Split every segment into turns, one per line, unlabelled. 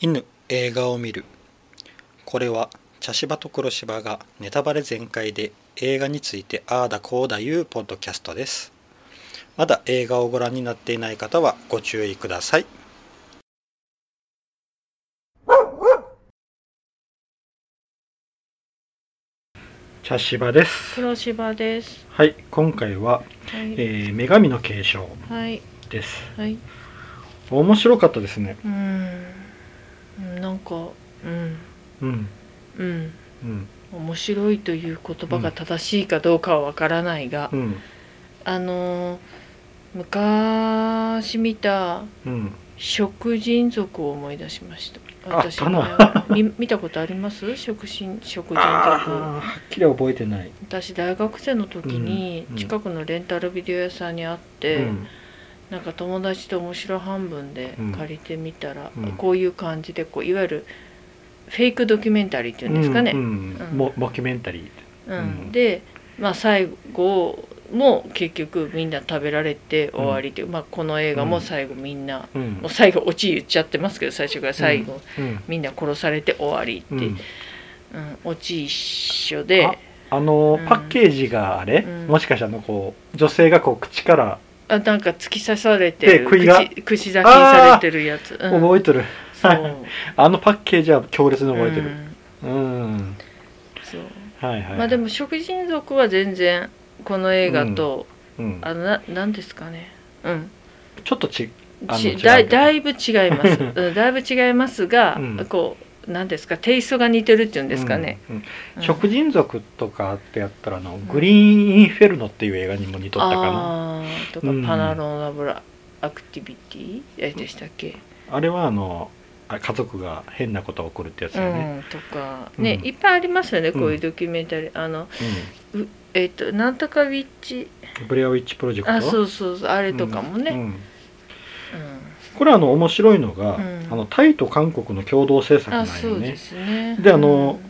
犬映画を見るこれは茶芝と黒芝がネタバレ全開で映画についてああだこうだいうポッドキャストですまだ映画をご覧になっていない方はご注意ください茶芝です
黒芝です。
はい今回は、
はい。
えー女神の継承
はい。
です
はい。
面白かったですね
うーん。うんなんか、うん。
うん
うん。
うん
面白いという言葉が正しいかどうかはわからないが、
うん
あのー昔見た
うん
食人族を思い出しました。
あだな
は み見たことあります？食人食人族。
あーはっきりは覚えてない
私大学生の時に
うんうん
近くのレンタルビデオ屋さんにあっ
う
て。
ん
なんか友達と面白半分で借りてみたら、
うん
こういう感じでこういわゆるフェイクドキュメンタリーっていうんですかね。
う
うん
んうん
うん
モモキュメンタリーうん
で、まあ、最後も結局みんな食べられて終わりという、まあ、この映画も最後みんな、
うん
もう最後オチ言っちゃってますけど最初から最後、
うん
みんな殺されて終わりって、
う
うん
ん
オチ一緒で
あの
うん
パッケージがあれ
うん
もしかしたらあのこう女性がこう口から
あなんか突き刺されて
で
る
杭が
口口刺しにされてるやつ。うん
覚えてる
そう
あのパッケージは強烈に覚えて
う
る
ん
うん
そう
はいはい
まあでも食人族は全然この映画と、
うん
あのななんですかねうん
ちょっとちあの違うけ
ち
ど
だいだいぶ違います うんだいぶ違いますが、
うん
こうなんですかテイストが似てるっていうんですかね、
うんうん
うん
食人族とかってやったらあのグリーンインフェルノっていう映画にも似とったかな
あーとか、
うん
パナロナブラアクティビティえでしたっけ、
あれはあのあ家族が変なことが起こるってやつ
う
よね
ん、とかね、
うん
いっぱいありますよねこういううんドキュメンタリー、あのえっ、となんとかウィッチ
うんブレアウィッチプロジェクト
あそううそうそうあれとかもね、
んうん
う
これあの面白いのが、
うん
あのタイと韓国の共同制作
ん、
な
あ
ん
そ
よ
うで
ね
すね
であの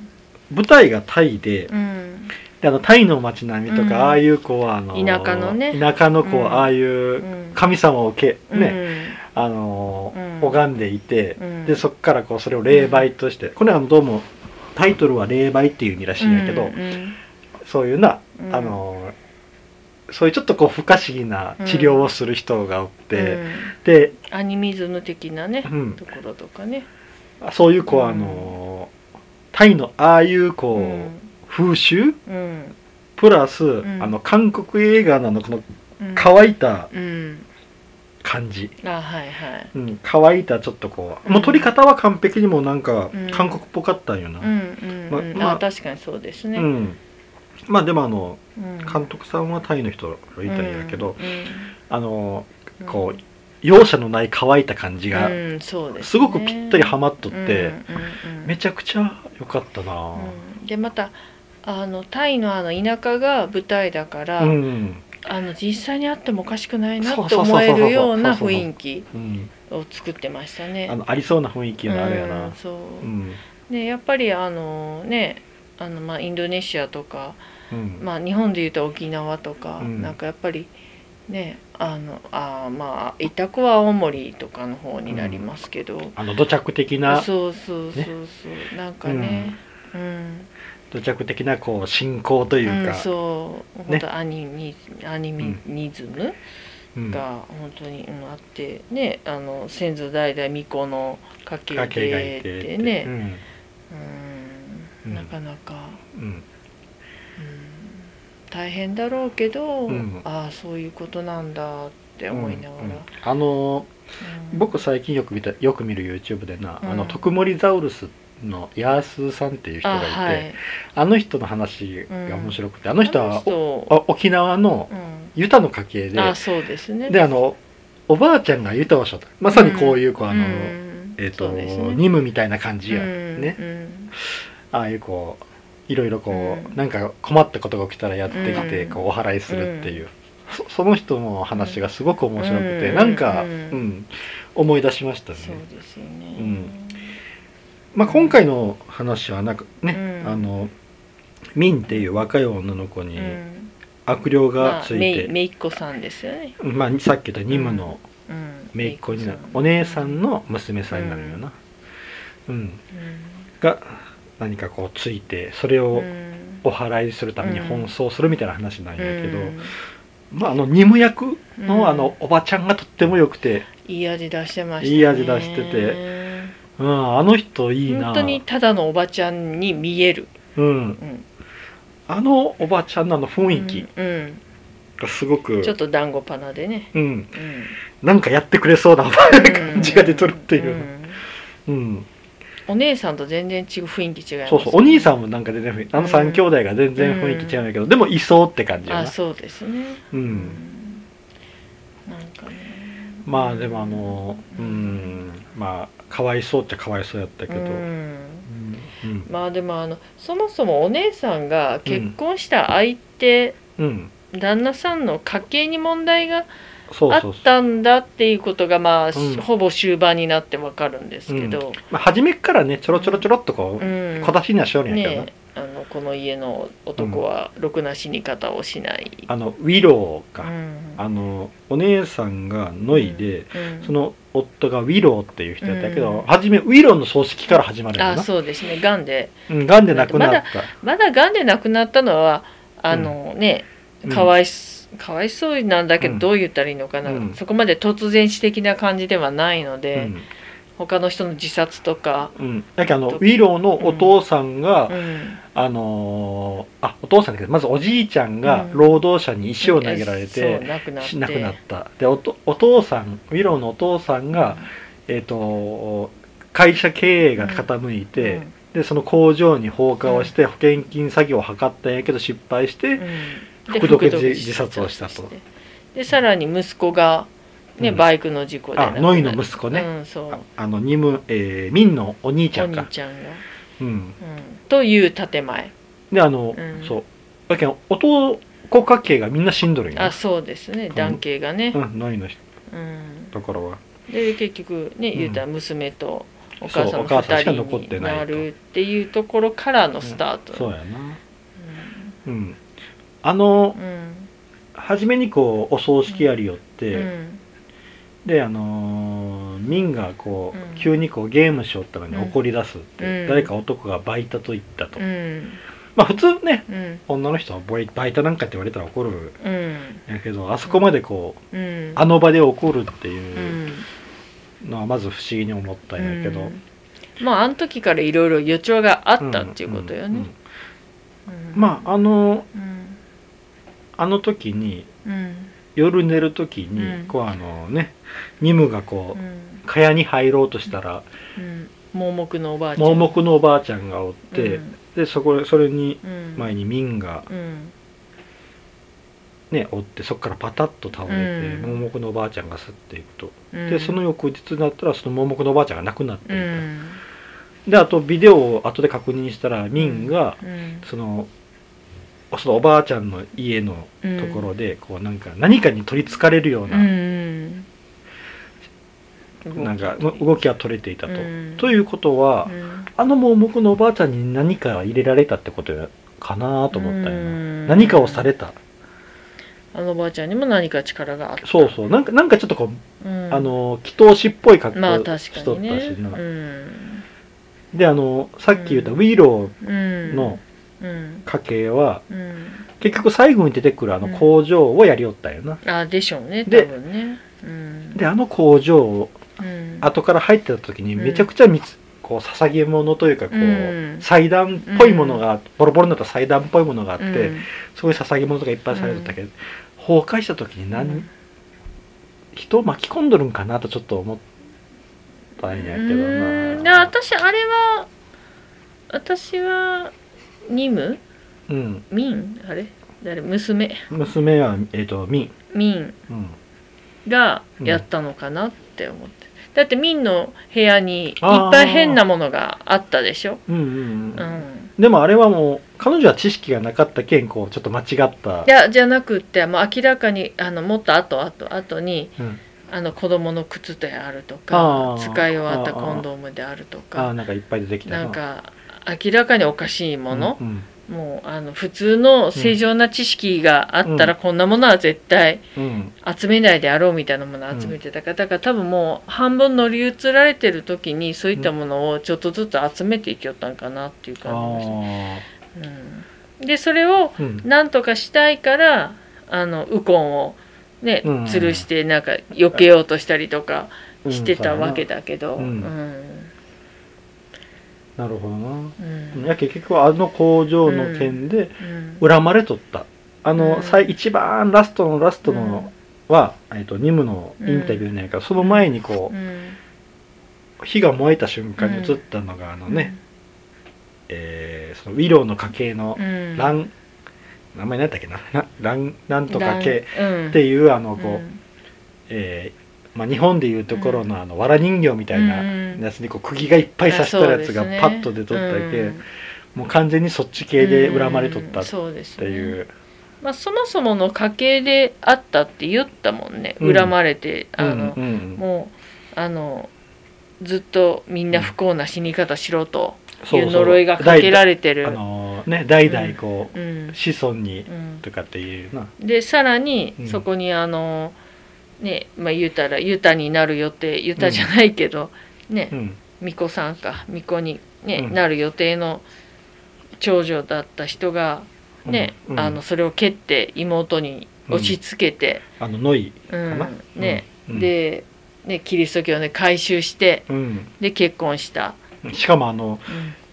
舞台がタイで,、
うん
であのタイの街並みとか、
うん
ああいうこうあの
田舎のね
田舎のこう、
うん
ああいううん神様をけ、ねあの、
うん
拝んでいて、
うん
でそこからこうそれを霊媒として、これあのどうもタイトルは霊媒っていう意味らしいんやけど、
うんうん
そういうな、
うん
あのそういうちょっとこう不可思議な治療をする人がおって、
うん
で
アニミズム的なね、
うん
ところとかね
そういうこう、
うん
あのタイのああいうこう、風習
うん
プラス、
ん
あの韓国映画なのこの
うん
乾いた
うん
感じ、
あはいはい
うん、乾いたちょっとこう、
うん
もう撮り方は完璧にもうなんか
うん
韓国っぽかったんよな、
う
うん
んうんうん、
ままあ
あ確かにそうですね、
まあでもあの
うん
監督さんはタイの人のいたんやけど、、あの
うん
こう容赦のない乾いた感じが
うんそうですね、
すごくぴったりはまっとって、
うんうんうん
めちゃくちゃ良かったな
うんでまたあのタイのあの田舎が舞台だから、
うん、
あの実際にあってもおかしくないな
そう
と
そうそうそう
思えるような
そうそうそう
雰囲気
うん
を作ってましたね。
あのありそうな雰囲気のあれやな
うんそう
うん
ね、やっぱりあのねあのまあインドネシアとか、
うん
まあ、日本でいうと沖縄とか、
うん
なんかやっぱりねあのあーまあ委託は青森とかの方になりますけど、
あの土着的な
そうそうそうそう、なんかね、うん
土着的なこう信仰という
う
か
ん、そう
ね
本当アニミ、アニミニズム
うん
が本当に、うんあってねあの先祖代々巫女の家系
家系が
で
いて
って
う
ね、
ん
う、
うんん
なかなか。
うん
うん大変だろうけど、
うん
ああそういうことなんだって思いながら、
うんうんあのー
うん
僕最近よく見たよく見る YouTube でな、
うん
あのトクモリザウルスのヤースーさんっていう人がいてあ,、
はい、
の人の話が面白くて、あの人
あの
はお
人
あ沖縄の
うん
ユタの家系で、
あそうですね
であのおばあちゃんがユタをしょったまさにこういうこう、
あ
あの、
うん、
えっ、と、
そうですね
ニムみたいな感じや、
うん
ね
うん
ああいうこういろいろこう、
うん
なんか困ったことが起きたらやってきて、
うん
こうお祓いするっていう、そその人の話がすごく面白くて、
うん
なんか、う
うんん
思い出しましたね
そうですよね、
うんまあ、今回の話はなんかね、
うん
あのミンっていう若い女の子
う
に
ん
悪霊がつい
めい
て、
めいっ子さんですよね、
まあさっき言ったニムの
うん、
姪っ子になる、
めい
お姉さん
の
の娘さんになるよな、うん、
う
が何かこうついてそれ
ん
を
うん
お�払いするために奔走するみたいな話なんやけど、
うん
まああの任務役
う
の
ん
あのおばちゃんがとってもよくて、
いい味出してましたね
いい味出しててうん、あの人いいな
本当にただのおばちゃんに見える、
うん、
うん、
あのおばちゃんのあの雰囲気
うん
がすごく
うん、ちょっと団子パナでね、
うん、
うん、
なんかやってくれそうな 感じが出とるっていうう、
ん
うん、
お姉さんと全然違う雰囲気違います、
そうそうお兄さんもなんか全然雰囲気あの三兄弟が全然雰囲気違うんだけど、でもいそうって感じよ
あ
な
そうですね
う
うんんなんかね
まあでもあのうんまあかわいそうっちゃかわいそうやったけど、
う
うん
ん
うん
まあでもあのそもそもお姉さんが結婚した相手、
うん、
旦那さんの家計に問題が
そ
あ
うそう
っ
そう、
たんだっていうことがまあ、
うん
ほぼ終盤になってわかるんですけど、
まあ、初めっからねちょろちょろちょろっとこ
う
う、
ん
小出しにはしよるんやけどな、
ねえあのこの家の男はろくな死に方をしない、
あのウィロー
う
か、
ん
あのお姉さんがノイで、
うん
その夫がウィローっていう人やったけど、
うん
初めウィローの葬式から始まるんだ
あ
な
そうですねがんで
うん癌で亡くなった、
まだがんで亡くなったのはあのね、
うん
かわいすかわいそうなんだけど、
うん
どう言ったらいいのかな、
うん
そこまで突然死的な感じではないので、他の人の自殺とか、
うんうん、だけどあのウィローのお父さんが、
うん
あのーあお父さんだけどまずおじいちゃんが労働者に石を投げられ
そう
て、
亡くなって
し亡くなったでおとお父さんウィローのお父さんが、えっと会社経営が傾いて、
うん
でその工場に放火をして保険金詐欺を図ったんやけど失敗して、
うん
服毒自自殺をしたと
てでさらに息子が、ね
うん
バイクの事故で亡
あ
くなる
ノイの息子ね、
うん、そう
ああのニム、えー、ミンのお兄ち
お
ゃん
兄
か、
ちゃんが、
うん、
うん、という建前
であの、
うん
そうだけど男家系がみんな死んどるんや
あそうですね男系がね
う、んノイの
うん、
ところは
で結局ね
うん
言うたら娘とお母さ
そうんお
の
母さんしか
2
残
人
って
に
ないと
なるっていうところからのスタート、
そうやなうんあの
うんうん
初めにこうお葬式やりよっ
う
て、
ん
であのーミンがこう、
うん
急にこうゲームしよったのに
うん
怒り出すって、
うん
誰か男がバイタと言ったと、
うん
まあ普通ね
うん
女の人はバイバイタなんかって言われたら怒る
うん
んやけどあそこまでこう
うん
あの場で怒るっていううんうのはまず不思議に思ったんやけど、
うんまああの時からいろいろ予兆があったっていうことよ
うんう
ね
ん、まああの
あうん
あの時に
うん
夜寝る時に、
うん
こうあのねニムがこう、
うん
蚊帳に入ろうとしたら、
うん盲目のおばあちゃん
盲目のおばあちゃんがおって、
うん
でそこそれに
うん
前にミンが
うん
ね追ってそこからパタッと倒れて、
うん
盲目のおばあちゃんがすっていくと、
うん
でその翌日になったらその盲目のおばあちゃんが亡くなっていうた、
ん
であとビデオを後で確認したらミンが
うん
そのそのおばあちゃんの家の
うん
ところでこうなんか何かに取りつかれるよう
う
な,、
んうん
なんか動きが取れていたと。
うん
ということは、
うん
あの盲目のおばあちゃんに何か入れられたってことかなと思ったよ
う
な。
ん
何かをされた。
あのおばあちゃんにも何か力があった
そうそう。なんか、なんかちょっとこう、
う、ん、
あの、祈祷師っぽい格
まあ
好
確か
しとっ
に
た
ね
しな。
うん
で、あの、さっき言ったウィロ
う
ー
ん、
の
うん、
家系は、
うん、
結局最後に出てくるあの工場をやりよったよな。
あでしょうね多
で
分ねうん
で、あの工場を
うん
後から入ってた時に
うん
めちゃくちゃみつ、こう、捧げ物というか、こう、
うん
祭壇っぽいものが、ボロボロになった祭壇っぽいものがあって、
うん
すごい捧げ物とかいっぱいされてたけど、崩壊した時に何、
うん
人を巻き込んどるんかなとちょっと思ったんやけど
うんで
な
私あれは私はニム
うん
ミンあれ誰娘
娘はえっ、とミン、
ミン
うん、
がやったのかなって思って、だってミンの部屋にいっぱい変なものがあったでしょ
うんうんうん
うん
でもあれはもう彼女は知識がなかったけんこうちょっと間違った
いやじゃなくってもう明らかにあのもっと後後後に
うん、
あの子供の靴であると
あ
か
ー
使い終わったコンドームであると
ああ
か
なんかいっぱい出てきた
なんか明らかにおかしいもの
うん
もうあの普通の正常な知識があったら、
う
こんなものは絶対
うん
集めないであろうみたいなものを集めてたから、だから多分もう半分乗り移られてる時にそういったものをちょっとずつ集めていきよったんかなっていう
あ
感じがし
あ
たうん、でそれを
ーうん
なんとかしたいからあのウコンをね、
うん
吊るしてなんか避けようとしたりとか
うん
してたわけだけど、
う
うんん
なるほどな
うん
いや結局あの工場の件で
うん
恨まれとったあの、
うん
最一番ラストのラストのは、えっとニムのインタビューなんやけどその前にこう、
うん
火が燃えた瞬間に映ったのが、あのね、えーそのウィローの家系の
うん、
ラン、名前何だっけななランなんとか系
系
って
い
いうあの
う
こう、
ん
えーまあ、日本でいうところのあの藁人形みたいな
うん
やつにこう釘がいっぱい刺したやつが
あそうですね
パッと出とったけ、
うん
もう完全にそっち系で恨まれとったっ
んそうで
っ
す
て
ね
いう。
まあ、そもそもの家系であったって言ったもんね
うん
恨まれて、あの、
うんうんうん、
もうあのずっとみんな不幸な死に方しろとい
そううそう
呪いがかけられてる
あのーね代々こう、
うん
子孫に
うん
とかっていうな、
でさらに
うん
そこにあの、ねまあ言うたら「ユタになる予定ユタじゃないけど、ね
うん
巫女さんか巫女に、ね
うん
なる予定の長女だった人が、ね
うん
あのそれを蹴って妹に押し付けて、
あのノイ
うん
かな、
ね、
うん、
で、ね、キリスト教で改宗して
うん、
で結婚した、
しかもあの、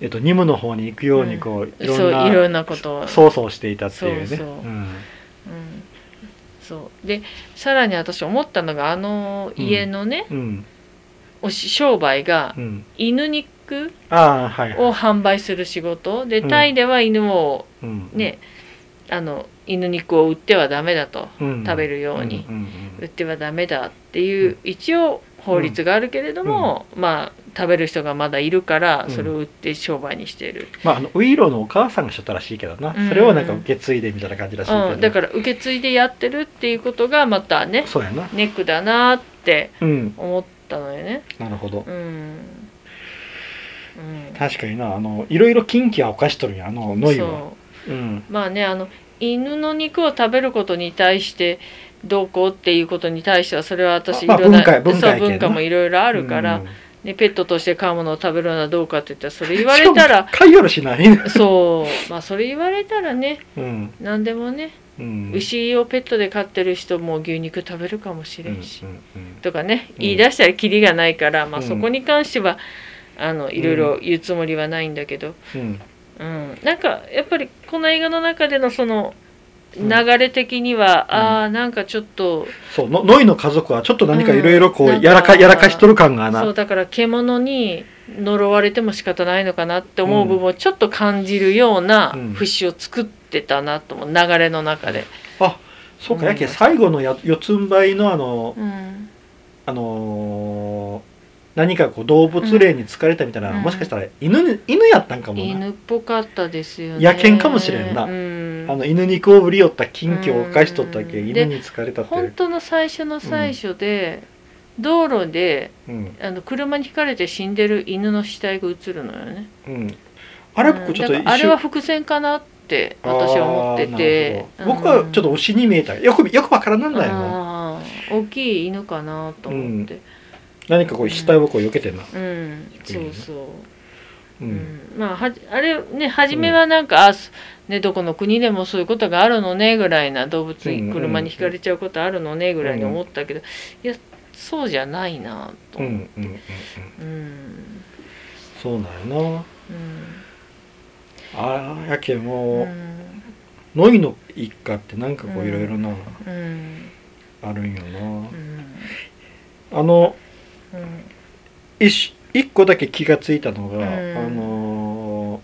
えっと、ニムの方に行くようにこう、
うん
い
そうい
ろ
ろ
ん
んなことを
な操作をしていたっていうね
そうそうんうんそうでさらに私思ったのがあの家のね、
うん
おし商売が
うん
犬肉
ああはい
を販売する仕事で
うん
タイでは犬を
うん
ね、あの犬肉を売ってはダメだと
うん
食べるように
んん
売ってはダメだっていう一応法律があるけれども、まあ食べる人がまだいるから
うん
それを売って商売にしてる、
まああのウィーローのお母さんがしとったらしいけどな、
うん
それをなんか受け継いでみたいな感じらしいけど、
うん、だから受け継いでやってるっていうことがまたね
そうやな
ネックだなって
うん
思ったのよね
なるほど
うん、う
確かになあのいろいろ近畿は犯しとるんやあの
ん、
ノイ
そ
は
う
うん
まあねあの犬の肉を食べることに対してどうこうっていうことに対してはそれは私い
まあ
ろんな、
文化文化や
そ
け
うん
な
文化もいろいろあるから、
うん
ね、ペットとして飼うものを食べるのはどうかって言ったらそれ言われ たら
しかも飼いよるしない、
そうまあそれ言われたらね
うん
何でもね、
うん、
牛をペットで飼ってる人も牛肉食べるかもしれんし、
うんうんうん
とかね
ん
言い出したらキリがないから、まあ
うん
そこに関してはあのいろいろ言うつもりはないんだけど、
うん
うん、なんかやっぱりこの映画の中でのその
うん
流れ的には、ああなんかちょっと
そうのノイの家族はちょっと何かいろいろこう
うん
やらか,、
なんか
やらかしとる感が
そう
な
だから獣に呪われても仕方ないのかなって思う部分をちょっと感じるような
うん
節を作ってたなと思う流れの中で。
そうか
うん
やけ最後のや四つん這いのあの、
うん
あのー何かこう動物霊に疲れたみたいな、
うん
もしかしたら犬犬やったんかもな
犬っぽかったですよね。
野犬かもしれんな
うん
あの犬肉を売りよった近況を犯しとったけ、
うん
犬に疲れたってい
本
う、
当の最初の最初で、道路で
うん
あの車にひかれて死んでる犬の死体が映るのよね。
うん、あれ僕ちょっと
う
一
んだからあれ
瞬
は伏線かなって私は思ってて
あーなるほど僕はちょっと推しに見えたよくよくわからなんだよな
あー大きい犬かなと思って
何かこう死体をこう避けてな、
うん、そうそう、
う
うん
ん
まあはじあれね初めはなんか、あそねどこの国でもそういうことがあるのねぐらいな動物
うん
に車にひかれちゃうことあるのねぐらいに思ったけど、いやそうじゃないなと
うんう
思
ん
って、
うんうん、
うん
そうなんよなあーやけん
うん
も
う
う、
ん
ノイの一家ってなんかこういろいろな、
うん
あるんよな
うん
あの
うん
一一個だけ気がついたのが、
うん
あのー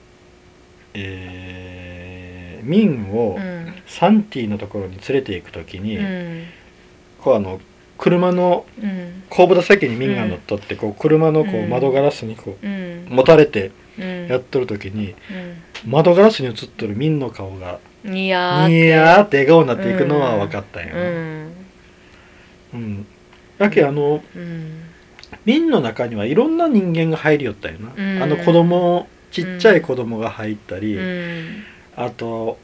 えーミンを
うん
サンティのところに連れて行くときに、
うん
こうあの車の
うん
後部座席にミンが乗っとって、こう車のこう
うん
窓ガラスにこ
う
うん持たれて
うん
やっとる時に
うん
窓ガラスに映っとるミンの顔が
いやーって
ニヤーって笑顔になっていくのは分かったんよ
う
ね、
ん
うんやけあの
うん
ミンの中にはいろんな人間が入りよったよな、
うん
あの子供ちっちゃい子供が入ったり、
うん
あと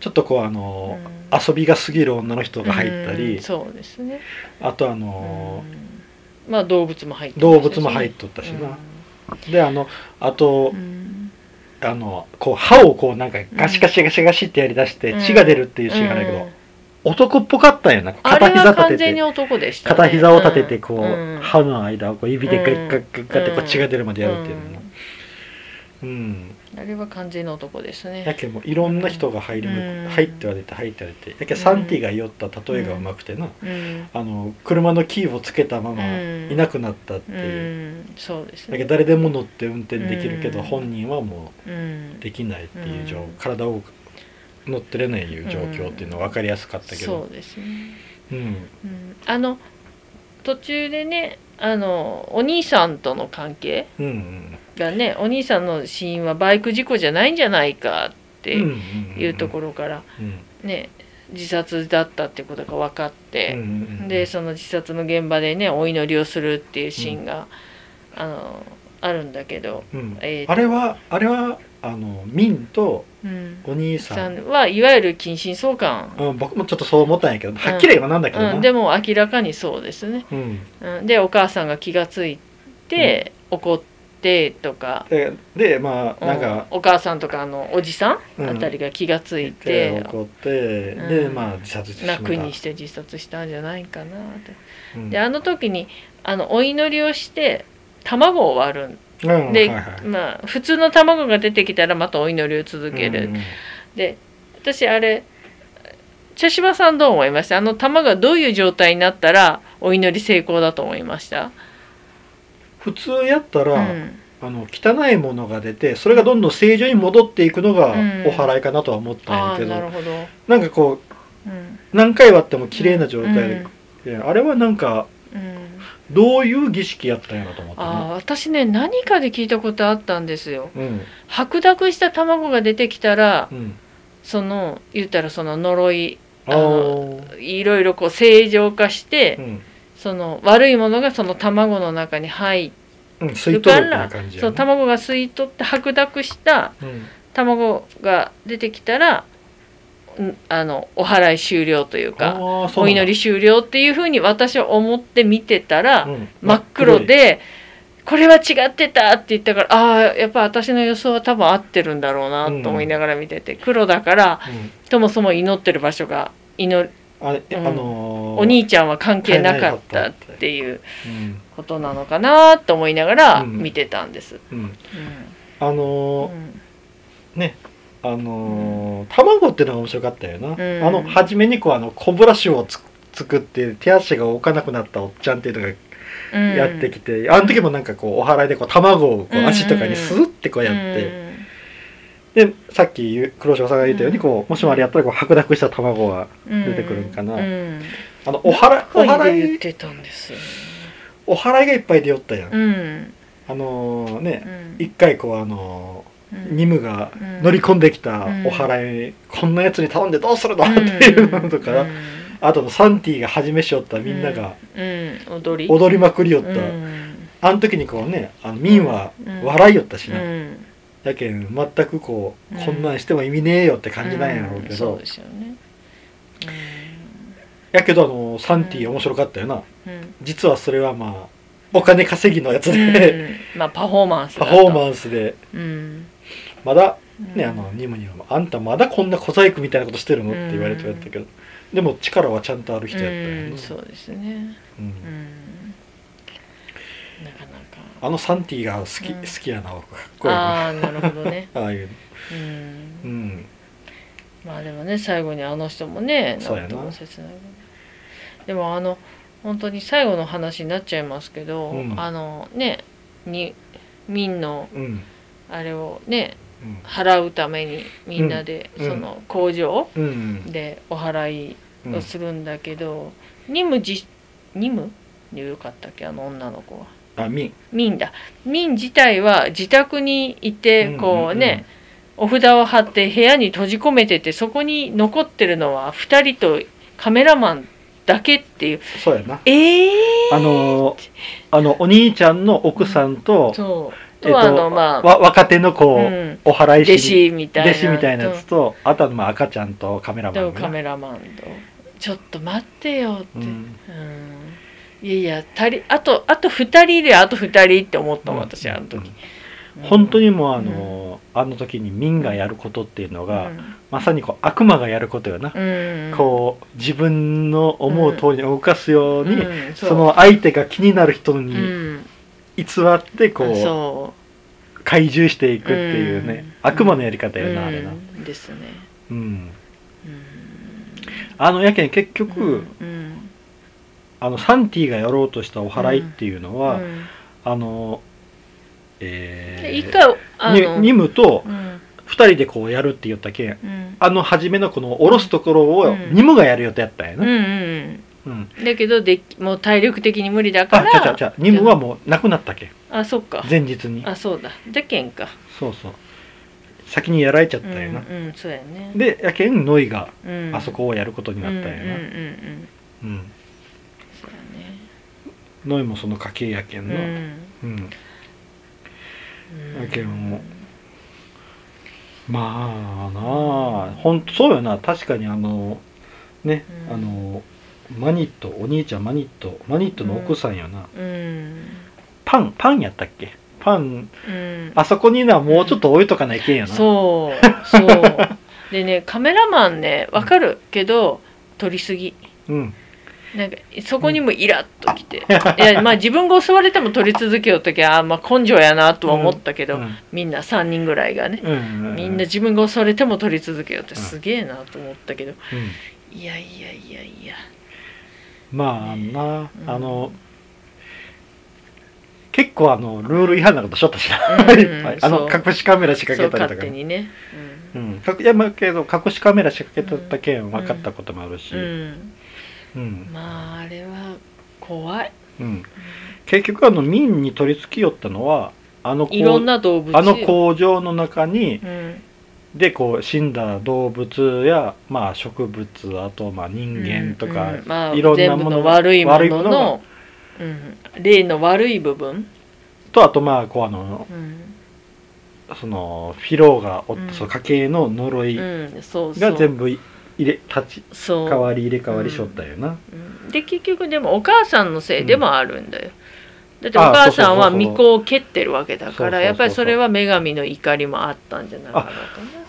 ちょっとこうあの、
うん
遊びが過ぎる女の人が入ったり、
うんそうですね、
あとあ
う
の、
んまあ動物も入ってましたし
動物も入っとったしな、であのあ
う
と
ん、うん
あのこう歯をこうなんかガシガシガシガシってやりだして
うん
血が出るっていうシーンがあるけど、
うん
男っぽかったよな
あ
片
れ
膝
は
立て
完全に
て
男でした、ね、
片膝を立ててこう、
んん
歯の間をこう指でガッガッガッガッってこう
うん
血が出るまでやるっていうのも、うん
あれは完全の男です
や
ね
けんもういろんな人が入り、
うん
入っては出て入っては出てやけんサンティが酔った例えがうまくてな、
うん、
あの車のキーをつけたまま
うん
いなくなったって
う
いう、
ん、そうです
だ
ね
けど誰でも乗って運転できるけど、
うん
本人はも
うん
うできないっていう状、
うん
体を乗ってれないいう状況っていうのが分かりやすかったけ
そ
ど、
うですね、
うん
うん、あの途中でねあのお兄さんとの関係
うんうん
がねお兄さんの死因はバイク事故じゃないんじゃないかって
うん
い
ん
うところから
うん
ね自殺だったってことが分かって、
うんうんうん
でその自殺の現場でねお祈りをするっていうシーンが、あのあるんだけど、
うん
えーと
あれはあれはあのミンと
うん、
お兄さ
さ
ん、
んはいわゆる近親相関、
うん、僕もちょっとそう思ったんやけどはっきり言わなんだけどな、う
う、
んん
でも明らかにそうですね、うん、でお母さんが気がついて、怒ってとか、
ででまあ
うん
なんか、
お母さんとかあのおじさ
うん
んあたりが気がついて、
で怒って、
うん
でまあ自殺してしまった
楽にして自殺したんじゃないかなと。
うん
であの時にあのお祈りをして卵を割るん
うん
で、
はいはい
まあ、普通の卵が出てきたらまたお祈りを続ける、
うんうん
で私あれ茶柴さんどう思いましたあの玉がどういう状態になったらお祈り成功だと思いました、
普通やった
う
ら、
ん
あの汚いものが出てそれがどんどん正常に戻っていくのが
うん
お祓いかなとは思ったん
あ
や
あ
けど、
なるほど、
なんかこう
うん、
何回割っても綺麗な状態で、いやあれはなんか
うんうん
どういう儀式やったんやろと思った
ああ
な
私ね何かで聞いたことあったんですよ
うん
白濁した卵が出てきたら
うん
その言ったらその呪い
あー
いろいろこう正常化して、
うん
その悪いものがその卵の中に入っ
うん吸
る
い取
か
るってい
ら
う感じや
そう卵が吸い取って白濁した
うん
卵が出てきたらんあのお祓い終了というか
あーそう
お
なんだ
祈り終了っていうふうに私は思って見てたら、
うん
真っ黒で「これは違ってた」って言ったからああやっぱ私の予想は多分合ってるんだろうなと思いながら見てて、黒だか
真っ
ら
黒いうん
ともそも祈ってる場所が祈る
あれ、
うん
あのー
お兄ちゃんは関係なかったっていう
うん
ことなのかなと思いながら
うん
見てたんです。
うん
うん
あ
う
のー
ん
あのー卵ってのが面白かったよな、
ん
あの初めにこうあの小ブラシをつ作って手足が置かなくなったおっちゃんっていうのがやってきて、あの時もなんかこうお祓いでこう卵をこう
うん
足とかにスーってこうやって、でさっき言う黒潮さんが言ったようにこうもしもあれやったらこう白濁した卵が
うん
出てくるんかな
うん
あのお祓いお
なんかで
祓
言っ
い
てたんですよね
お祓いがいっぱい出よったやん、
うん
あのー
う
ね
ん
一回こうあのー
うん
ニムが
うん
乗り込んできた
うん
お祓い、こんなやつに頼んでどうするの、っていうのとか、
うん
あとのサンティが始めしよったみんなが
うん踊り
踊りまくりよった、
うん
あの時にこうねあのミンは
うん
笑いよったしな、
うん
やけん全くこう、
うん
こんなんしても意味ねえよって感じなんやろうけど、
んそうですよね
やけどあのサンティ面白かったよな
うんうん
実はそれはまあお金稼ぎのやつで、
うんまあパフォーマンス
パフォーマ
ン
ンスで
スうん
まだね、
うん
あのニムには「あんたまだこんな小細工みたいなことしてるの?」って言われてやったけど、でも力はちゃんとある人やったよ
うん
ね
そうですね
うん
うんなかなか
あのサンティが好き、
うん
好きやな僕かっこいいなあ
ああなるほどね
あいう
う
うんん
まあでもね最後にあの人もね
そう
な
や
ん
な
とも切ないでもあの本当に最後の話になっちゃいますけど、
うん
あのねにミンの
うん
あれをね払うためにみんなで、
うん
その工場
うんうん
でお祓い
うん
をするんだけど、任務じ任務でよかったっけあの女の子は。
あみん
ミンだミン自体は自宅にいて
うん
こうね、お札を貼って部屋に閉じ込めててそこに残ってるのは2人とカメラマンだけっていう
そうやな
ええ
あのーあのお兄ちゃんの奥さんと、
そとはあのまあ
わ若手の子を
うん
お祓い
弟
しに、
子みたいな
弟子みたいなやつとあとはまあ赤ちゃんとカメラマ
と
ン
カ
が、
メラマンとちょっと待ってよって、
う
うん
ん、
いやいや足りあとあと2人いるよあと2人って思ったもん私あの時、
うん本当
に
にもうあの、あの時に民がやることっていうのが、
うん
まさにこう悪魔がやることよな、
うん
こう自分の思う通りに動かすように、
うん
その相手が気になる人
う
に
ん
偽ってこう、
そ
懐柔していくっていうね、
うん
悪魔のやり方
う
やな、あれな、
うんですね
うん、
うん
あのやけん結局、
うん
あのサンティがやろうとしたお祓いっていうのは、
うん
あの
で
え
一
ー
回あ
に
の
ニムと
うん
2人でこうやるって言ったけん
うん
あの初めのこの下ろすところを
うん
ニムがやる予定やったんや
うん
な、
うん
うん、
うんだけどできもう体力的に無理だか
あちゃうちゃう
ら
ちゃうニムはもうなくなったけん
あそっか
前日に
あそうだじゃけんか
そうそう先にやられちゃっ
う
た
ん
んやな、
うんそうやね
でやけんノイが
うん
あそこをやることになったんやな、
うんうんうんうん
うん
そうや
ノイもその家系やけんの、うん
ねうん
だけどもうまあなあほんとそうよな確かにあのね、
うん
あのマニットお兄ちゃんマニットマニットの奥さんよな、
うん
パンパンやったっけパン
うん
あそこになもうちょっと置いとかないけんやな、
そうそうでねカメラマンねわかるけど撮りすぎ
うん
なんかそこにもイラッときて、いやまあ自分が襲われても撮り続けようときはあーまあ根性やなとは思ったけ
う
ど、
ん
みんな3人ぐらいがね、
うん
みんな自分が襲われても撮り続けようって
うん
すげえなと思ったけど、
うん
いやいやいやいや
まあな、
うん
あの結構あのルール違反なことしょったしな、
うん
いっぱいあの
そう
隠しカメラ仕
そう
掛けたりと
勝
か
手
ね
にね
う、ん、かいやまあけど隠しカメラ仕掛けただけん分かったこともあるし、
う
うんん
うん、まああれは怖い
うん結局あのミンに取り付き寄ったのはあの
いろん
工
な動物
あの工場の中に
うん
でこう死んだ動物や、まあ、植物あとまあ人間とか、
うんまあ、
いろんな
全部
もの
の
が
悪いも
悪いも
の
のが
の、うん、例の悪い部分、
とあとまあこうあの
うん
そのフィローがおった、
うん
その家系の呪い
うん、そうそ
が
う
全部い入れ立ち
そう
代わり入れ替わりしょったよな、
うんで結局でもお母さんのせいでもあるんだよ、だってお
ああ
母さん
そうそうそう
は
そう
巫女を蹴ってるわけだ
そう
か
そうそう
らやっぱりそれは女神の怒りもあったんじゃないかなと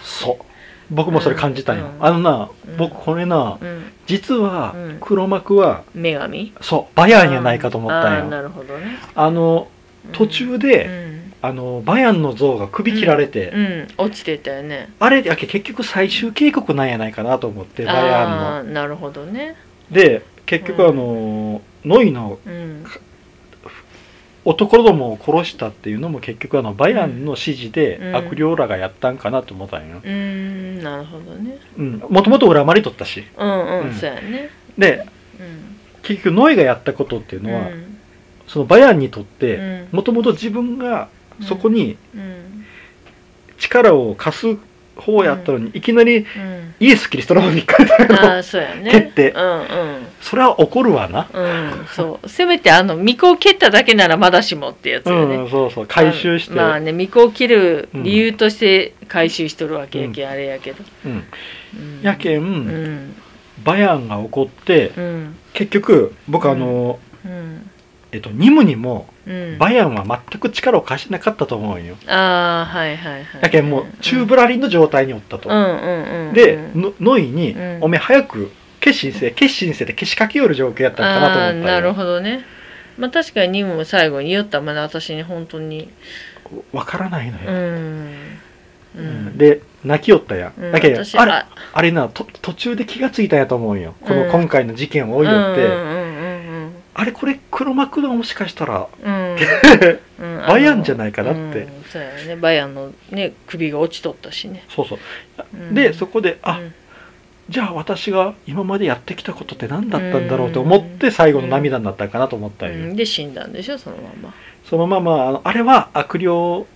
そう僕もそれ感じたんよ、
うん
あのな、
うん
僕これな
思う、うん、
実は
うん
黒幕は、
女神
そうバヤンやないかと思った
ああ
んよ
なるほどね
あの途中で、
うん
あのバヤンの像が首切られて、
うん、落ちてたよね
あれだけ結局最終警告なんやないかなと思ってバヤン
あ
の
あなるほどね、
で結局
うん
あの、ノイの
うん、
男どもを殺したっていうのも結局あのバヤンの指示で
うん
悪霊らがやったんかなと思ったんよ
うーんなるほどね
もともと恨まれとったし
うんうん、
うん
そうやね
で
うん
結局ノイがやったことっていうのは、
うん
そのバヤンにとって
うん
もともと自分がそこに
うん
力を貸す方やったのに、いきなり
うん
イエス・キリストの方に行かれた
あ
の
あそうやね
蹴って
うんうん
それは怒るわな、
うん、そうせめてあの巫女を蹴っただけならまだしもってやつ
う
よね、
んそうそう回収して、
まあね巫女を切る理由として回収しとるわけやけ、ん、あれやけど、
うん
うん
やけん、
うん
バヤンが怒って
うん
結局僕あの、
うん
えっと、ニムにも
うん
バヤンは全く力を貸してなかったと思うんよ
ああはいはいはい
やけんもう宙ぶらりんの状態におったと、
うんうんうんうん
で、のノイに、
うん
おめえ早く決心せ決心せ」って消しかけよる状況やったのかなと
ああ
思った
なん
よ
るほどねまあ確かにニムも最後に言ったまだ私に本当に
わからないの
う
よ、
んう
うん
ん
で泣きよったや、
うん
だけど
私
あれあれなと途中で気がついたんやと思うんよこの
うん
今回の事件を追いよって、
うんうんうんうん
あれこれ黒幕だもしかしたら
うんうん
バヤンじゃないかなって
うんそうやねバヤンのね首が落ちとったしね、
そうそう
うん
でそこであ、
うん
じゃあ私が今までやってきたことって何だったんだろうと思って最後の涙になったんかなと思ったんよ、
うんで死んだんでしょそのまんま
そのままあのあれは悪霊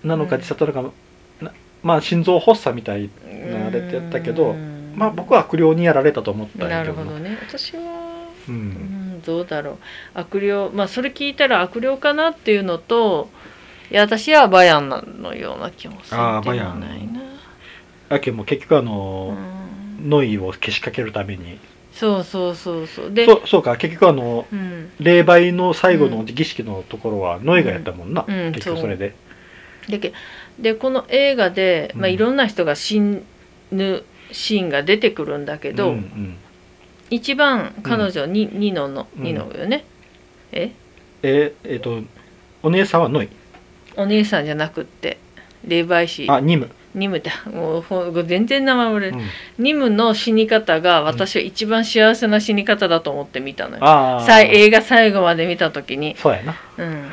なのか
うん
自殺なのか、なまあ心臓発作みたいなあれってやったけど
うん
まあ僕は悪霊にやられたと思ったん
な
やけ
る
ど
ほど
な
ね私は
う
うんんどうだろう悪霊まあそれ聞いたら悪霊かなっていうのといや私はバヤンなのような気もする
あー
でも
バヤン
ないな、
だけどもう結局あ
う
の、
ん、
ノイを消しかけるために
そうそうそうそうで
そうそうか結局あの
うん、
霊媒の最後
う
の
ん
儀式のところはノイがやったもんな、
うんうん
結局それで
でけでこの映画で、まあ、
うん
いろんな人が死ぬシーンが出てくるんだけど、
うんうん
一番彼女に、ニノの
うん
ニノよね、え
えーえっ、とお姉さんはノイ
お姉さんじゃなくって霊媒師
あニム、
ニムだもうほん全然名前俺、
うん
ニムの死に方が私は一番幸せな死に方だと思って見たのよ、
ああ
さい映画最後まで見た時に、
そうやな、
う
う
ん
ん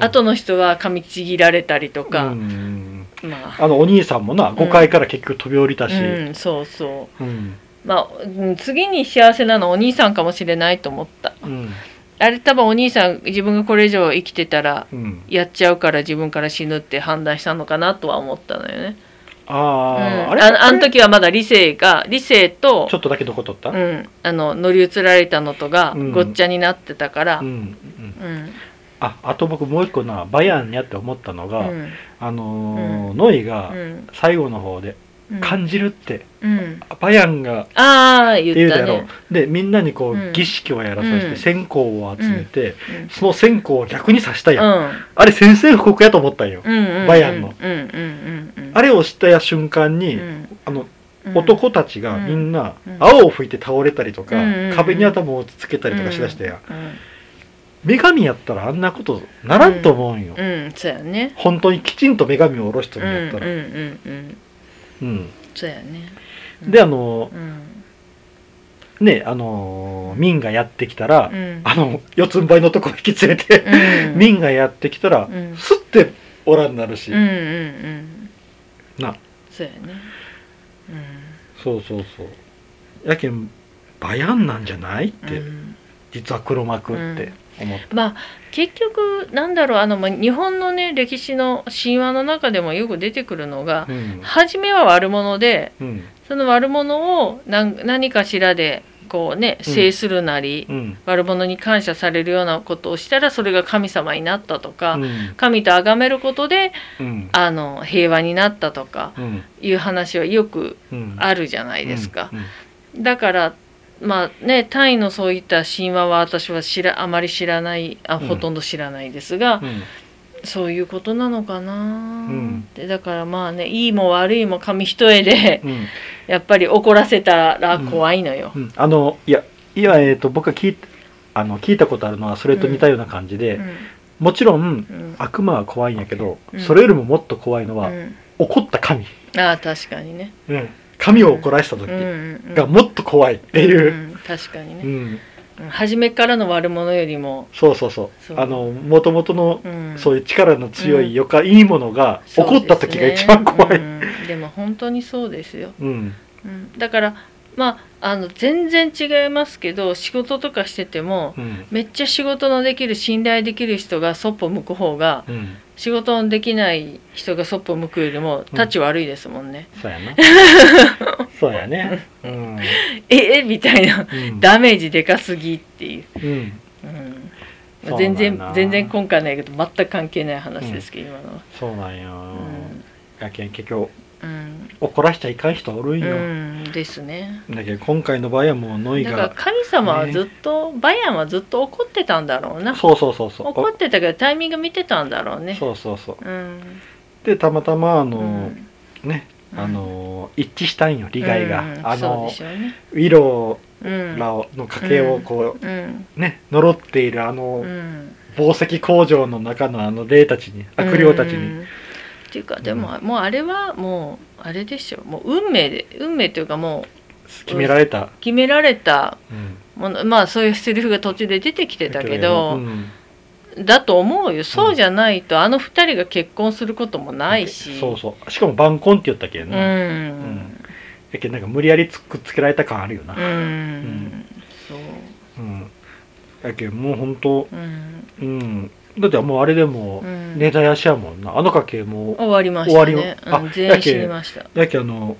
後の人は噛みちぎられたり
う
とか、
ん
まあ、
あのお兄さんもな
ん
5階から結局飛び降りたし、
うん、そうそう
うん
まあ、うん次に幸せなのお兄さんかもしれないと思った
うん
あれ多分お兄さん自分がこれ以上生きてたら
うん
やっちゃうから自分から死ぬって判断したのかなとは思ったのよね
あ
うん
あ、あれ
ああの
れ
時はまだ理性が理性と
ちょっとだけどこ取った、
うん、あの乗り移られたのとが
うん
ごっちゃになってたから、う
うん
んうん
ああと僕もう一個なバヤンやって思ったの
う
が、
ん
あのー
う
ノイが
うん
最後の方で「感じる」って、
うん、
バヤンが
ああ
言
言
う
ったた
やろ、
ね、
でみんなにこう、
うん
儀式をやらさせて、
うん
線香を集めて、
うん
その線香を逆に刺したやん、
うん
あれ宣戦布告やと思ったんよ、
うんうんうん、
バヤンの
うんうんうんうん、
あれをした瞬間に、
うん
あの
うん
男たちがみんな
うん
青を吹いて倒れたりとか、
うん
壁に頭をつけたりとかしだしてや、
うん
女神やったらあんなことならんと思うんよ、
うん、うん、そうやね
本当にきちんと女神を下ろし
う
て
ん
る
うんん
やったら、うん
うんうんそうやね
であの
うん
ねあのミンがやってきたら、
うん
あの四つん這いのとこ引き連れて、
うん
ミンがやってきたら、
うん
すっておらんなるし、
うんうんうん
な
そうやね
そうそうそうやけんバヤンなんじゃないっ
うん
て、
うん
実は黒幕って思った、
まあ結局なんだろうあの、まあ、日本のね歴史の神話の中でもよく出てくるのが、
うん
初めは悪者で
うん
その悪者を何何かしらでこうね制するなり、
うん
悪者に感謝されるようなことをしたらそれが神様になったとか、
うん
神と崇めることで
うん
あの平和になったとか
うん
いう話はよく
うん
あるじゃないですか。
うんうん
だからまあねタイのそういった神話は私は知らあまり知らないあ
うん
ほとんど知らないですが、
うん
そういうことなのかな
うん
って、だからまあねいいも悪いも紙一重で
うん
やっぱり怒らせたら怖いのよ。
うんあのいやいやえっ、と僕が聞いあの聞いたことあるのはそれと似たような感じで、もちろん
うんうん
悪魔は怖いんやけど、
うん
それよりももっと怖いのは、
うん
怒った神、
ああ確かにね。
うん、神を怒らせた時
うんうんうん
がもっと怖いっていう、
うん確かにね
う、ん、
うん初めからの悪者よりも、
そうそうそう
そう
あのもともとの
うん
そういう力の強いよか、いいものが怒った時が一番怖い、
そうですねうんでも本当にそうですよ、
うん
うんだからまああの全然違いますけど仕事とかしてても
うん
めっちゃ仕事のできる信頼できる人がそっぽ向く方が
うん、
仕事のできない人がそっぽ向くよりも
うん
たち悪いですもんね、
そうやなそうやねうん、
ええみたいな
うん
ダメージでかすぎっていう、
うん、
うん
そうなんだ
全然全然今回の映画と全く関係ない話ですけど、今のは。
そうなんや、
うん
やけん結局
うん
怒らしちゃいかん人おるんよ、
うんですね。
だけど今回の場合はもうノイ
だから
が
神様はずっと、バヤンはずっと怒ってたんだろうな。
そうそうそうそう
怒ってたけどタイミング見てたんだろう
お
ね。
そうそうそう
うん。
でたまたまあの、
うん
ね
うん
あの一致したんよ利害が、
うん
あ
そう
の
でしょうね。
ウィロ
うん。
ーらをの家系をこう、
うん。
ね呪っているあの、
うん。
宝石工場の中のあの霊たちに悪霊たち
う
に、
んっていうかでも、もうあれはもうあれでしょもう運命で運命というかも
決められた
う、決められた
うん
ものまあそういうセリフが途中で出てきてたけど、
うん
だと思うよそうじゃないと、あの二人が結婚することもないし
そうそうしかも晩婚って言ったけん
う
な、
ん
やけんなんか無理やりつくっつけられた感あるよな、
うん、そう
うんやけんもう本当
うん、
うんだってもうあれでも
うん
ネタやしやもんなあの家系も
終わりました
終わ
ね
りま
うん
あ
全員死にました
やけんあの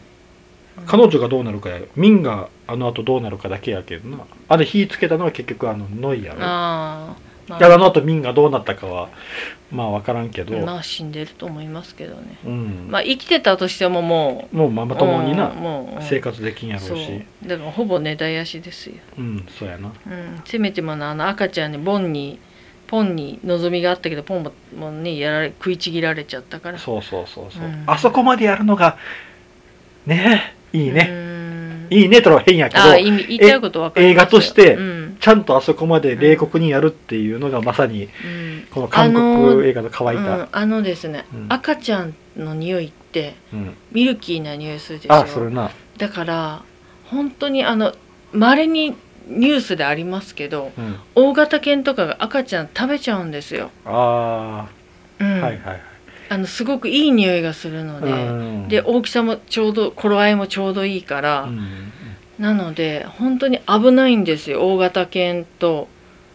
彼女がどうなるかやミンがあのあとどうなるかだけやけんなあれ火つけたのは結局あのノイやろ
ああま
やら
あ、
の後民がどうなったかはまあ分からんけど、
まあ死んでると思いますけどね
うん
まあ生きてたとしてもも
もうママ
う
友にな
うんもう
生活できんやろ
そうう
し
だからほぼ根絶やしですよ、
うんそうやな
うん、せめてもなあの赤ちゃんにボンにポンに望みがあったけどポンももうねやられ食いちぎられちゃったから
そうそうそうそう、
うん
あそこまでやるのがねいいね、
ね
いいねとは変やけど
ああ意味言いたいことわかりますよ
映画として
うん
ちゃんとあそこまで冷酷にやるっていうのがまさに
うん
この韓
あの
国映画の乾い
うん
た、
あのですね、
うん
赤ちゃんの匂いって
うん
ミルキーな匂いするでしょ
あそれな
だから本当にあのまれにニュースでありますけど
うん
大型犬とかが赤ちゃん食べちゃうんですよ、
あ
うん
あ、はいはい
あのすごくいい匂いがするので、
うん
で大きさもちょうど頃合いもちょうどいいから、
うん
なので本当に危ないんですよ大型犬と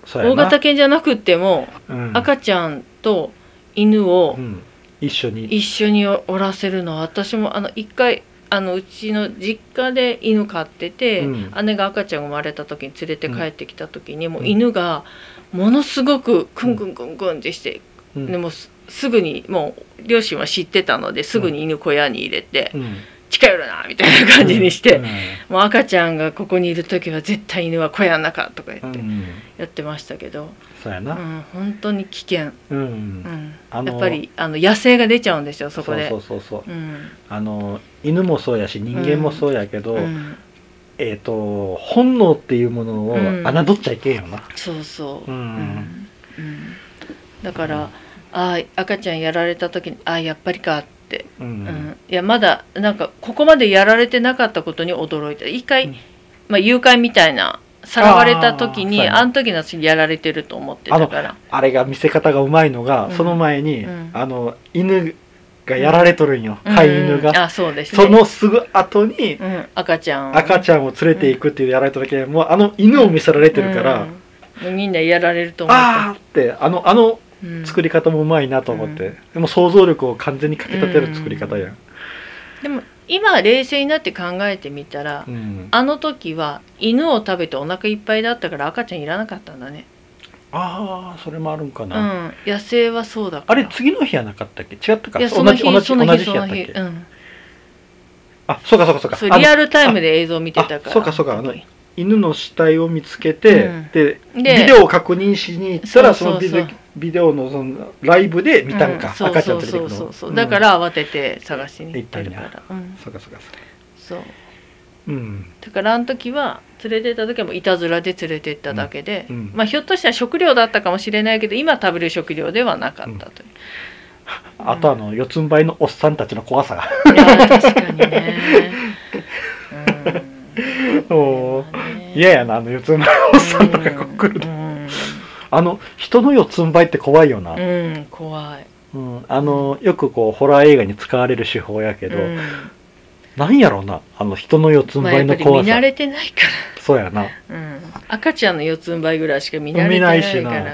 そうや
大
な
型犬じゃなくっても、
うん
赤ちゃんと犬を
うん一緒に
一緒におらせるのは私もあの一回あのうちの実家で犬飼ってて、
うん
姉が赤ちゃんが生まれた時に連れて帰ってきた時に、もう犬がものすごくクンクンクンクンってして、
うん
でもすすぐにもう両親は知ってたのですぐに犬小屋に入れて、
うん
近寄るなみたいな感じにして、
うん
もう赤ちゃんがここにいる時は絶対犬は小屋の中とか言
う
って
ん
やってましたけど、
そうや
う
な、
ん、本当に危険、
うん
うん
あの
やっぱりあの野生が出ちゃうんですよそこで。
そうそうそうそう
うん
あの犬もそうやし人間もそうやけど、
うん
えっ、と本能っていうものを
うん
侮っちゃいけんよな、
そうそう、
うん
うんだから、ああ赤ちゃんやられた時にああやっぱりかって、
うん
うんいやまだなんかここまでやられてなかったことに驚いた一回、
うん
まあ、誘拐みたいなさらわれ
あ
た時
ーそう
に
や
あ
な
の時の私やられてると思ってたから
あれが見せ方がうまいのが、
うん
その前に、
うん
あの犬がやられとるんよ、飼い犬
うんうん
が、
あそうですね
そのすぐ後に
うん、赤ちゃんを
赤ちゃんを連れていくっていうやられとるけんもうあの犬を見せられてるから、
うんみんなやられると思って
ああってあのあの
うん
作り方もうまいなと思って、でも想像力を完全にかき立てる作り方やん、
でも今冷静になって考えてみたら、
うん
あの時は犬を食べてお腹いっぱいだったから赤ちゃんいらなかったんだね。
ああそれもあるんか
う
な、
ん、野生はそうだか
あ
ら。
れ次の日やなかったっけ違ったか
いやそ
同
の
じ
日
同じ
その
同じ
日
日
そ
や
の
ったっ
日
け、
うん、
あそうかそうかそうか
そう
あの
リアルタイムで映像を見てたから。
あそうかそうかあの犬の死体を見つけて、
うん
で
で
ビデオを確認しに行ったらそ
そうそうそう
のビデビデオのそのライブで見たんか、
うそう
赤ちゃん出てくる
そ
の
うそうそう。
ん
だから慌てて探しに行ってるか
行っ
ら。うん、
そうかそうかそうか
そう。
うん
だからあの時は連れてった時はもういたずらで連れてっただけで、
うんうん
まあひょっとしたら食料だったかもしれないけど今食べる食料ではなかったという。
あとあの四つん這いのおっさんたちの怖さが
いやー確かにね。うん
おー
まあね
嫌やなあの四つん這いのおっさんとかが来ると
うん
あの人の四つん這いって怖いよな、
うん、うん怖い
うんあのよくこうホラー映画に使われる手法やけど、
うん
なんやろうなあの人の四つん
まあ、や
這いの
っぱり見
怖さ、
慣れてないか
そうやな
ら、うん、赤ちゃんの四つん這いぐらいしか見慣れて
見
な
ないいし
か
な、うん
らうん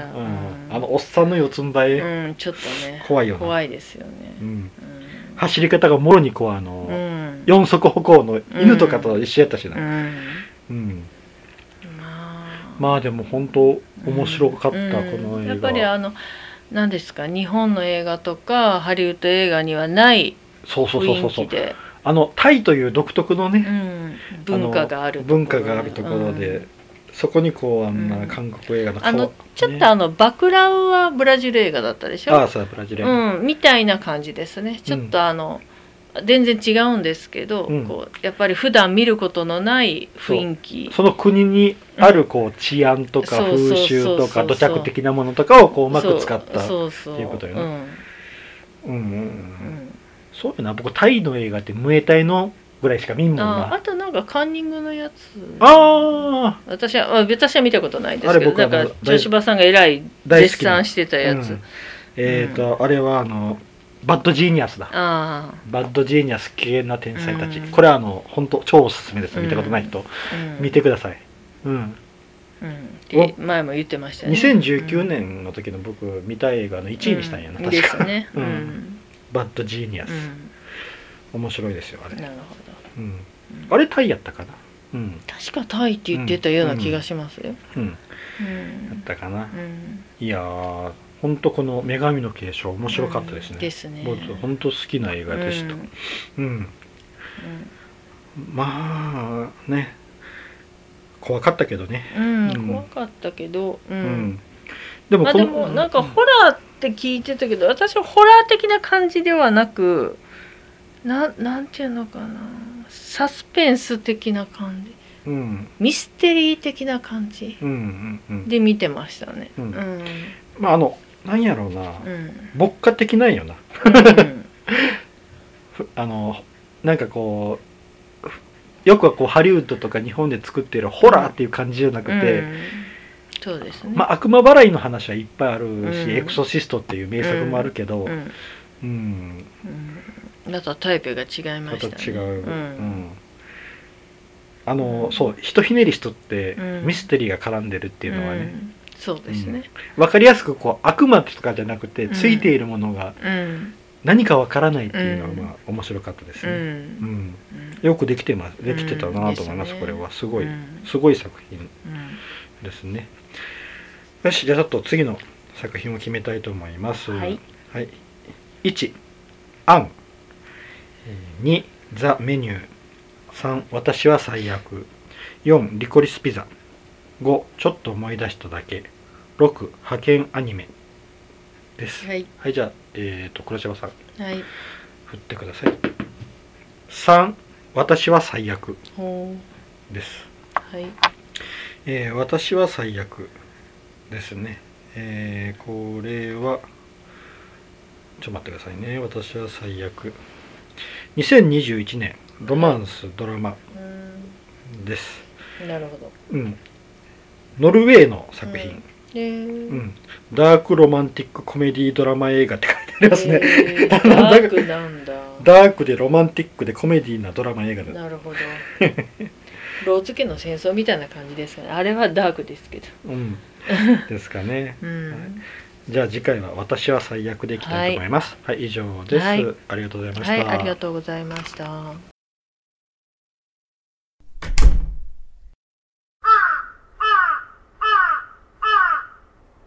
あのおっさんの四つん這い、
うんちょっとね
怖いよな
怖いですよね
う、ん
うん
走り方がもろにこうあの、
うん
四足歩行の犬とかと一緒やったし
う
な、
ん
うん
まあ
まあでも本当面白かった、
うん
この映画
やっぱりあの何ですか日本の映画とかハリウッド映画にはない
そうそうそうそ
雰
う
囲気
そう
で
あのタイという独特の
う
ね、
ん文化がある
あの
ところ
文化があるところで、
うん
そこにこうあん
う
なん韓国映画の顔
あのちょっ
ね
とあの、バクラウはブラジル映画だったでしょ
ああそうブラジル映画
うん、みたいな感じですねちょっとあの、全然違うんですけど、
うん
こうやっぱり普段見ることのない雰囲気
その国にあるこう治安とか
そうそう
風習と
そうそ
か
う
土着的なものとかをこううまく使ったう
そうそうそ
っていうことよねん
ん
うんう
うんん
そうやな僕タイの映画ってムエタイのぐらいしか見んもん
ああ
な
となんかカンニングのやつ
あ
私はあ私は見たことないですけ
あれ
ど
僕は
だ
もう
から
大
城島さんがえらい
大好
絶
きな
賛してたやつ、
うんえっ、と、あれはあのバッドジーニアスだ
あ
バッドジーニアス危険な天才たち、
うん
これはあの本当超おすすめです
うん
見たことない人、
あ、うん、
見てください、うん、
うん、って前も言ってましたよね
2019年の時の僕見た映画の1位にしたんやな、
うん、
確か、
ですね、う
うん
ん
バッドジーニアス、
うん
面白いですよあれ、
なるほど
うん
うん
あれタイやったかなうん
確かタイって言ってたような気がしますよ。
うん
う
だっ
ん
たかな、
うん
いやーほんとこの「女神の継承」面白かったですね、
ですね。
もうほんと好きな映画でした
うんうん
うんまあね怖かったけどね
うん
うん
怖かったけど、
う
う
ん、
ん
でも
まあ
こ
で
の、
もなんかホラーって聞いてたけど私はホラー的な感じではなくなんなんていうのかなサスペンス的な感じ
うん
ミステリー的な感じ
うんうんうん
で見てましたね。
う
うんんうん
まああのなんやろうな
うん
牧歌的なんよな
うん
ふあのなんかこうふよくはこうハリウッドとか日本で作ってるホラーっていう感じじゃなくて、
うんそうですね。
まあ、悪魔払いの話はいっぱいあるし「
うん
エクソシスト」っていう名作もあるけど、う
うんんうん、だとタイプが違いま
ま
したた、ね。
違う、
うん
うんあのそうひとひねりしとって
うん
ミステリーが絡んでるっていうのはね、
んそうですね。
わかりやすくこう悪魔とかじゃなくて
うん
ついているものが
うん
何かわからないっていうのは
うん
まあ面白かったです
う
ね、うん
ん
よくできてますできてたなと思います、
うんですね
これはすごい、
うん
すごい作品
うん
ですねよしじゃあちょっと次の作品を決めたいと思います
はい、
はい、1「アン」えー2「ザ・メニュー」3「私は最悪」4「リコリスピザ」5「ちょっと思い出しただけ」6「派遣アニメ」です
はい
はいじゃあえっ、と黒柴さん
はい。
振ってください3「私は最悪
ほ」
です
うはい。
えー私は最悪ですね。えーこれは、ちょっと待ってくださいね。私は最悪。2021年、ロマンスドラマ
うん
です。
なるほど。
うん。ノルウェーの作品。
で、
うん。ダークロマンティックコメディドラマ映画って書いてありますね。
えーダークなんだ。
ダークでロマンティックでコメディなドラマ映画だ。
なるほど。ローズ家の戦争みたいな感じですかね。あれはダークですけど。
うん。ですかね。
うん。
じゃあ次回は私は最悪でいきたいと思います。はい、以上です。
はい
ありがとうございました。
はい、ありがとうございました。